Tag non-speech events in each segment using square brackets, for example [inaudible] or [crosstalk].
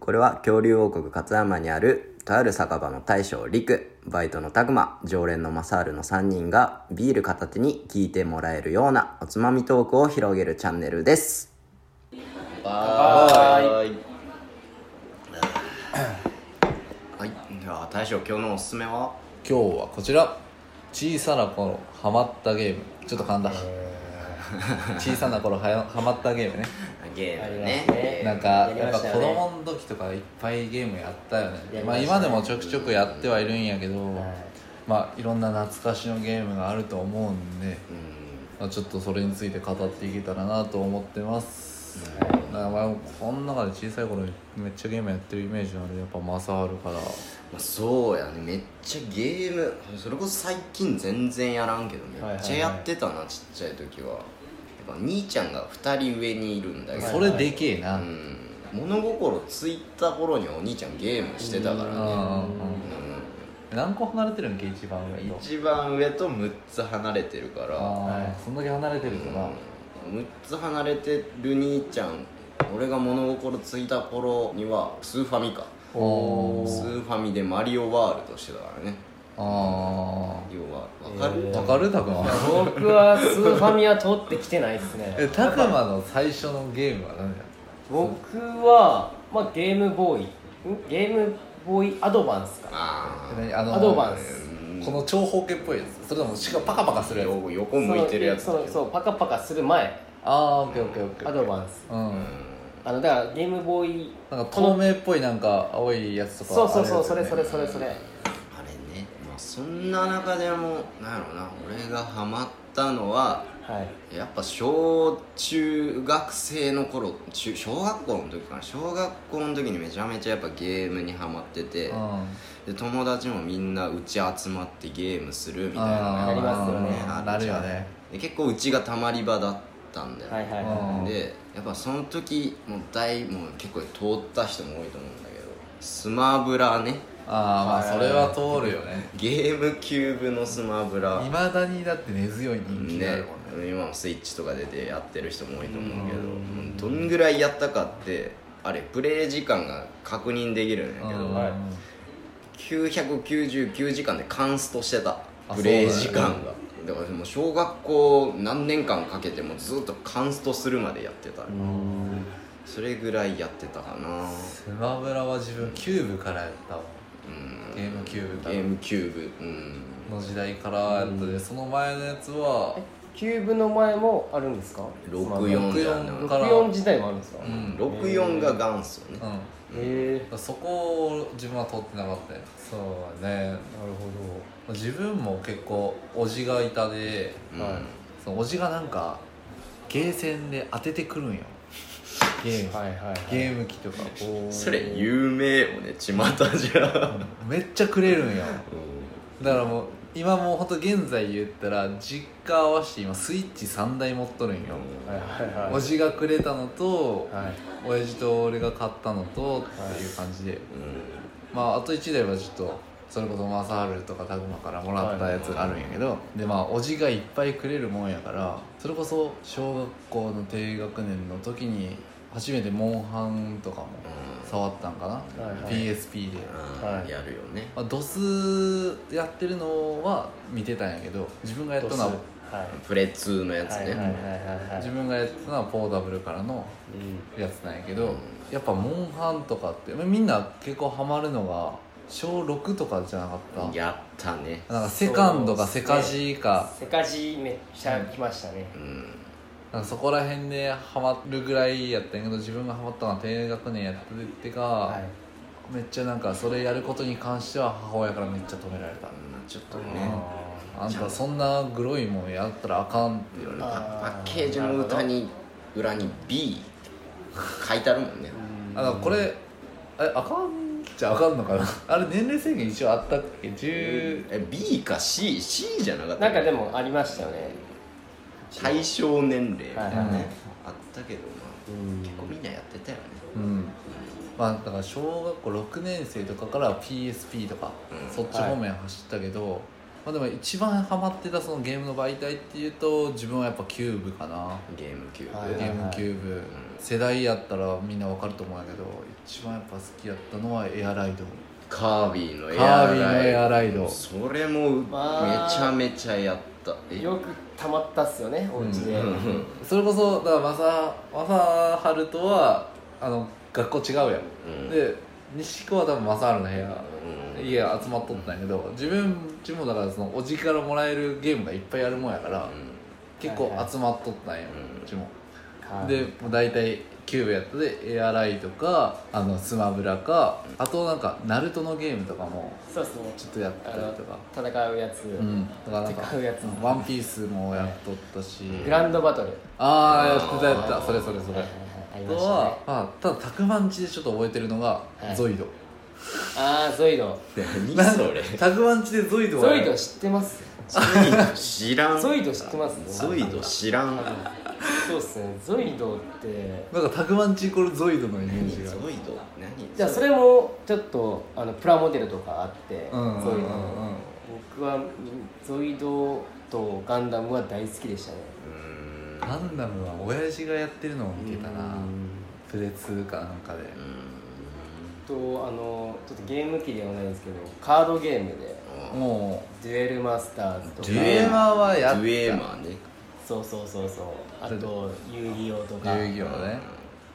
これは恐竜王国勝山にあるとある酒場の大将陸バイトの拓磨常連のマサールの3人がビール片手に聞いてもらえるようなおつまみトークを広げるチャンネルですはいはいでは大将今日のおすすめは今日はこちら小さな頃ハマったゲームちょっと噛んだ小さな頃はやハマったゲームねゲあーりムまねすねなんかややりっまぱしたよ子ね供の時とかいっぱいゲームやったよねやりままあ、したね今でもちょくちょくやってはいるんやけど、まあいろんな懐かしのゲームがあると思うんで、まあ、ちょっとそれについて語っていけたらなと思ってます、だからまあこの中で小さい頃めっちゃゲームやってるイメージなんでやっぱ正治からまあ、そうやねめっちゃゲームそれこそ最近全然やらんけどめっちゃやってたな、ちっちゃい時はやっぱ兄ちゃんが2人上にいるんだけどそれでけえな、うん物心ついた頃にはお兄ちゃんゲームしてたからね何個離れてるんけ一番上と一番上と6つ離れてるからああそんだけ離れてるから、 6つ離れてる兄ちゃん俺が物心ついた頃にはスーファミかおおスーファミでマリオワールドしてたからねあ要は分かる、あ分かるたくま僕はスーファミは通ってきてないですねえたくまの最初のゲームは何だ僕は、まあ、ゲームボーイんゲームボーイアドバンスかあ何あのアドバンスこの長方形っぽいやつそれともしかもパカパカするあやつ横向いてるやつそのそうそうパカパカする前ああオッケーオッケーオッケーアドバンスうんあのだからゲームボーイなんか透明っぽいなんか青いやつとかそうそうそうそあるれやつそよれねそれそれあれね、まあ、そんな中でもなんやろな俺がハマったのははいやっぱ小中学生の頃中小学校の時かな小学校の時にめちゃめちゃやっぱゲームにハマっててで友達もみんなうち集まってゲームするみたいなのあーやっぱありますよねあなじるゃよんねで結構うちがたまり場だったんだよ、はいはいうんはでやっぱその時もう大もう結構通った人も多いと思うんだけどスマブラねああまあそれは通るよねゲームキューブのスマブラいまだにだって根強い人気がねあるもんね、今もスイッチとか出てやってる人も多いと思うけどうんどんぐらいやったかってあれプレイ時間が確認できるんやけうんどはい999時間でカンストしてたあプレイ時間がだからもう小学校何年間かけてもずっとカンストするまでやってたそれぐらいやってたかなスマブラは自分キューブからやったわうんゲームキューブかゲームキューブうんの時代からやったでその前のやつはいキューブの前もあるんですか64だよ64ねから64時代もあるんですか、うへん64が元祖ねうんえそこを自分は取ってなかったよそうねなるほ自分も結構おじがいたでうんはいそのおじがなんかゲーセンで当ててくるんよゲーム、どはいはい、はい、ゲーム機とかこうそれ有名よね巷じゃめっちゃくれるんよだからもう今もうほんと現在言ったら実家合わせて今スイッチ3台持っとるんよ、はいはいはいおじがくれたのと、はい親父と俺が買ったのとっていう感じで、まああと1台はちょっとそれこそマサールとかタグマからもらったやつがあるんやけど、でまあおじがいっぱいくれるもんやからそれこそ小学校の低学年の時に初めてモンハンとかも触ったんかな、はいはい PSP で。あはーいやるよねまあ、ドスやってるのは見てたんやけど自分がやったのははいプレ2のやつはいはいはいねはいはい自分がやってたのはポーダブルからのやつなんやけど、やっぱモンハンとかってまあみんな結構ハマるのが小6とかじゃなかったやったねなんかセカンドかセカジーかセカジめっちゃ来ましたね、うんなんかそこら辺でハマるぐらいやったんやけど自分がハマったのは低学年やっててか、はいめっちゃなんかそれやることに関しては母親からめっちゃ止められた、まあちょっとねあんたそんなグロいもんやったらあかんって言われてパあーッケージの歌に裏に B 書いてあるもんねあだからこれえあかんじゃあかんのかな [laughs] あれ年齢制限一応あったっけ10え B か CC じゃなかったなんかでもありましたよね対象年齢みたいなはいはいねあったけどまあ結構みんなやってたよねうんまあだから小学校6年生とかから PSP とか、そっち方面走ったけど、まあ、でも一番ハマってたそのゲームの媒体っていうと自分はやっぱキューブかなゲームキュはーいブゲームキューブ、世代やったらみんなわかると思うんやけど一番やっぱ好きやったのはエアライドカービィのエカアービィのライエドアライドそれもめまあちゃめちゃやったえよくたまったっすよねお家で、うんそれこそだからマサマサハルとはあの学校違うやん、うんで西子は多分マサハルの部屋うん家集まっとったんやけど自分自分もだからそのおじからもらえるゲームがいっぱいあるもんやから、結構集まっとったんよ、うんうちも、はいでもう大体キューブやったでエアライとかあのスマブラかあとなんかナルトのゲームとかもそうっすねちょっとやったありのとか戦うやつ、うんとかなんか戦うやつワンピースもやっとったし、グランドバトルああやってたやってたそれそれそれ、ありあまとしたねは、まあ、ただたくまんちでちょっと覚えてるのが、はいゾイドああゾイド何それたくまんちでゾイドをゾやイるド知ってます知らんゾイド知ってますゾイド知らんそうっすねゾイドってなんかたくまんちイコールゾイドのイメージがゾイド何じゃあそれもちょっとあのプラモデルとかあって、うんゾイド、うんうん僕はゾイドとガンダムは大好きでしたねうんガンダムは親父がやってるのを見てたなうんプレ2かなんかでとあのちょっとゲーム機ではないんですけどカードゲームでもデュエルマスターズとうかデュエマーはやっデュエマーねそうそうそうそうあと遊戯王とか遊戯王ね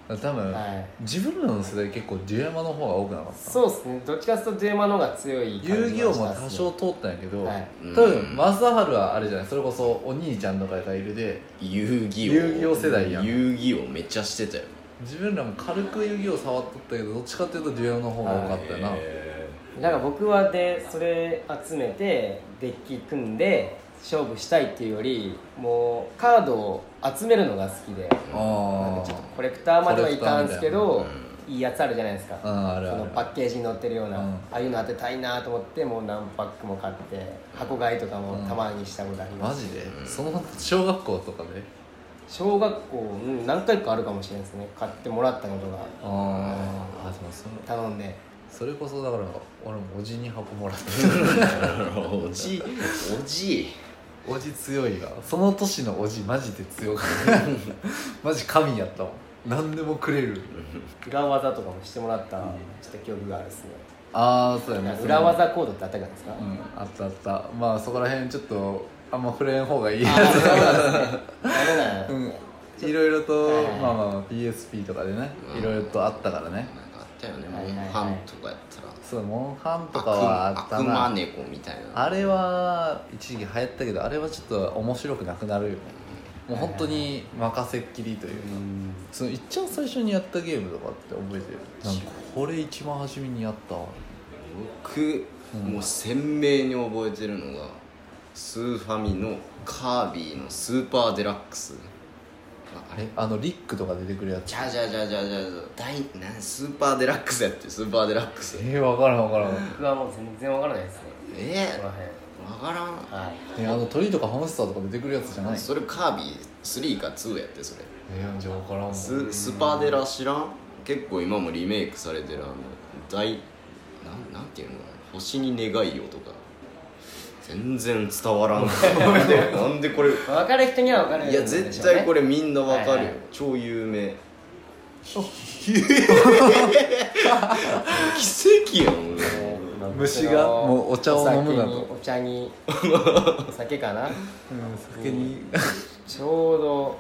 多分、はい自分らの世代結構デュエマの方が多くなかったそうですねどっちかというとデュエマの方が強い遊戯王も多少少通ったんやけど、はい多分マサハルはあれじゃないそれこそお兄ちゃんとかがいるで遊戯王遊戯王世代やん遊戯王めっちゃしてたよ自分らも軽く遊戯王触っとったけどどっちかっていうとデュエマの方が多かったよな、へなんか僕はでそれ集めてデッキ組んで勝負したいっていうよりもうカードを集めるのが好きであちょっとコレクターまではいかんすけコどレクターみいいやつあるじゃないですあうかんあそるあのるパッケージに載ってるような、うんああいうの当てたいなと思ってもう何パックも買って箱買いとかもたまにしたことありまマす、ジで、その小学校とかで小学校、うん、何回かあるかもしれないですね買ってもらったことがあーあでもその頼んでそれこそだから俺もおじに箱もら [laughs] っておじおじおじ強いがその年のおじマジで強くてマジ神やったもん何でもくれる裏技とかもしてもらったちょっと記憶があるですねああそうやね裏技コードってあったじゃないですか、うんあったあったまあそこら辺ちょっとあんま触れん方がいいやあそうなんですねダメなんやつうんいろいろと、はいはいまあまあまあ PSP とかでねうんいろいろとあったからねなんかあったよねはモいはいンはいハンとかやったらそうモンハンとかはあった悪魔な猫みたいなあれは一時期流行ったけどあれはちょっと面白くなくなるよねもう本当に任せっきりというか、うんそのいっちゃん最初にやったゲームとかって覚えてるなんかこれ一番初めにやったわ僕、もう鮮明に覚えてるのがスーファミのカービィのスーパーデラックスあああれれあのリックとか出てくるやつじゃあじゃあじゃあじゃあじゃあ大なんスーパーデラックスやってスーパーデラックスえー、分からん分から [laughs] ん僕はもう全然わからないですねえここらー、辺分からんはいえあの鳥とかハムスターとか出てくるやつじゃないそれカービィ3か2やってそれえー、じゃあ分からんもんススパデラ知らん結構今もリメイクされてるあの大なんなんていうのかな星に願いよとか全然伝わら [laughs] んなんでなんでこれい分かる人には分かるんでしょやうね絶対これみんなわかるよ、はいはい超有 [laughs] 名奇跡やん俺虫がもうお茶を飲むなとお酒にお茶にお酒かなうん先にちょうど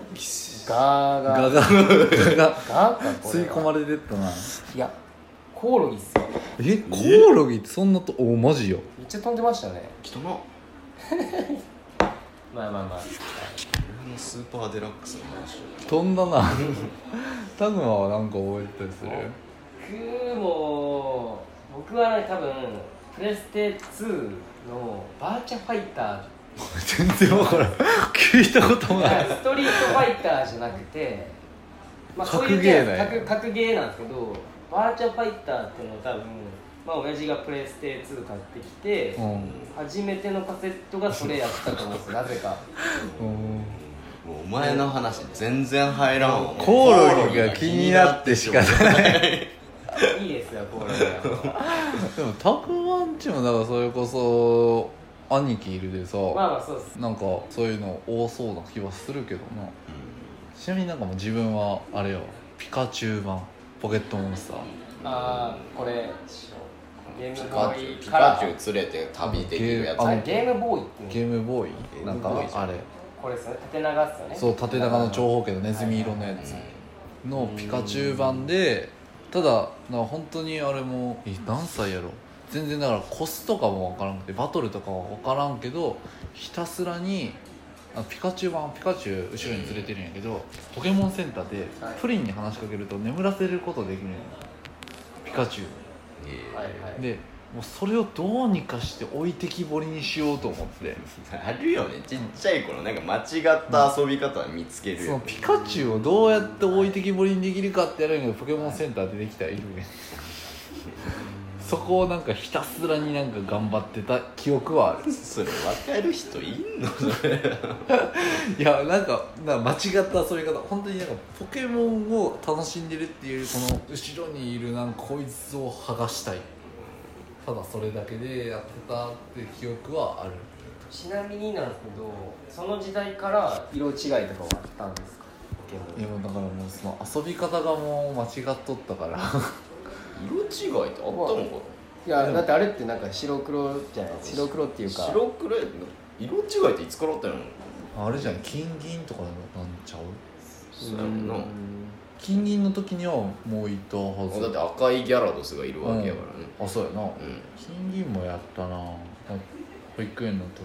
ガーガ [laughs] [laughs] ガーガがガーかこれ吸い込まれてったないやコオロギっすよえコオロギってそんなとおマジよめっちゃ飛んでましたね汚っまあまあまあ俺のスーパーデラックスの話飛んだなタグマはなんか覚えてたりする僕も僕はね多分プレステ2のバーチャファイター全然分からん聞いたこといなやいストリートファイターじゃなくて、まあ、そういう格ゲー系だよ格格ゲーなんですけどバーチャファイターっていうのは多分まあ親父がプレイステ2買ってきて、うん初めてのカセットがそれやったと思うんですよなぜかうんもうお前の話全然入らんわコオロギが気になって仕方ない [laughs] いいですよこれはでもたくまんちもだからそれこそ兄貴いるでさ、まあまあそうですなんかそういうの多そうな気はするけどなちなみになんかもう自分はあれよピカチュウ版ポケットモンスターああこれゲーピムボカチーュウイピかカチらュウ連れて旅できるやつああのれゲームボーイっていうのゲームボーゲームボーイイなんかあれこれですよね縦長っすよねそう縦長の長方形のネズミ色のやつのピカチュウ版でただなんか本当にあれもえ何歳やろ全然だからコスとかも分からんくてバトルとかは分からんけどひたすらにあピカチュウ版はピカチュウ後ろに連れてるんやけどポケモンセンターではいプリンに話しかけると眠らせることできるんやピカチュえはいはウいでもうそれをどうにかして置いてきぼりにしようと思っーてあるよねちっちゃい頃なんか間違った遊び方見つけるそよのねピカチュウをどうやって置いてきぼりにできるかってやるんやけどポケモンセンターでできたらいるねそこをなんかひたすらになんか頑張ってた記憶はあるそれ分かる人いんのいやなんかなんか間違った遊び方本当になんかポケモンを楽しんでるっていうよりこの後ろにいるなんかこいつを剥がしたいただそれだけでやってたって記憶はあるちなみになんですけどその時代から色違いとかはあったんですかポケモンいやもうだからもうその遊び方がもう間違っとったから [laughs] 色違いってあったのかいやだってあれってなんか白黒じゃない白黒っていなうか白黒や色違いっていつからあったのあれじゃん金銀とかなんちゃうそうやもんな金銀の時にはもういたはずだって赤いギャラドスがいるわけやからねあそうやなうん金銀もやったな保育園の時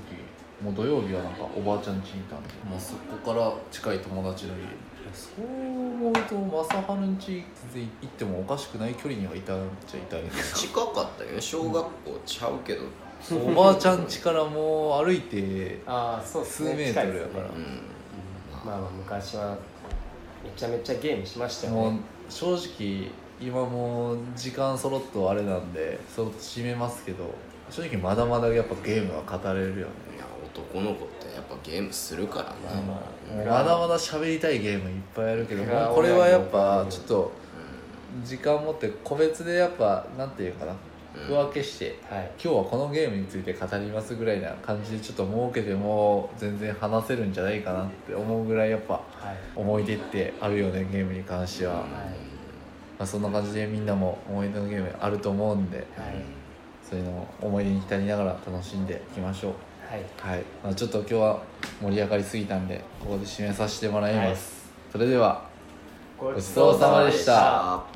もう土曜日はなんかおばあちゃん家にいたんでもうそこから近い友達の家そう思うと正治ん家全然行ってもおかしくない距離にはいたっちゃいたいんです近かったよね小学校ちゃうけどけどおばあちゃん家からもう歩い [laughs] てああそうです数ねメートルやか近いですねうんまあまあ昔はめちゃめちゃゲームしましたらよもうね正直今もう時間そろっとあれなんでそろっと締めますけど正直まだまだやっぱゲームは語れるよいねや男の子ってやっぱゲームするからな、まだまだ喋りたいゲームいっぱいあるけどいやもうこれはやっぱちょっと時間持って個別でやっぱなんていうかなうん区分けしてはい今日はこのゲームについて語りますぐらいな感じでちょっと設けても全然話せるんじゃないかなって思うぐらいやっぱはい思い出ってあるよねゲームに関しては、まはいあ、そんな感じでみんなも思い出のゲームあると思うんではいそういうのを思い出に浸りながら楽しんでいきましょうはいはい、まあ、ちょっと今日は盛り上がりすぎたんでここで締めさせてもらいます、それではごちそうさまでしたあ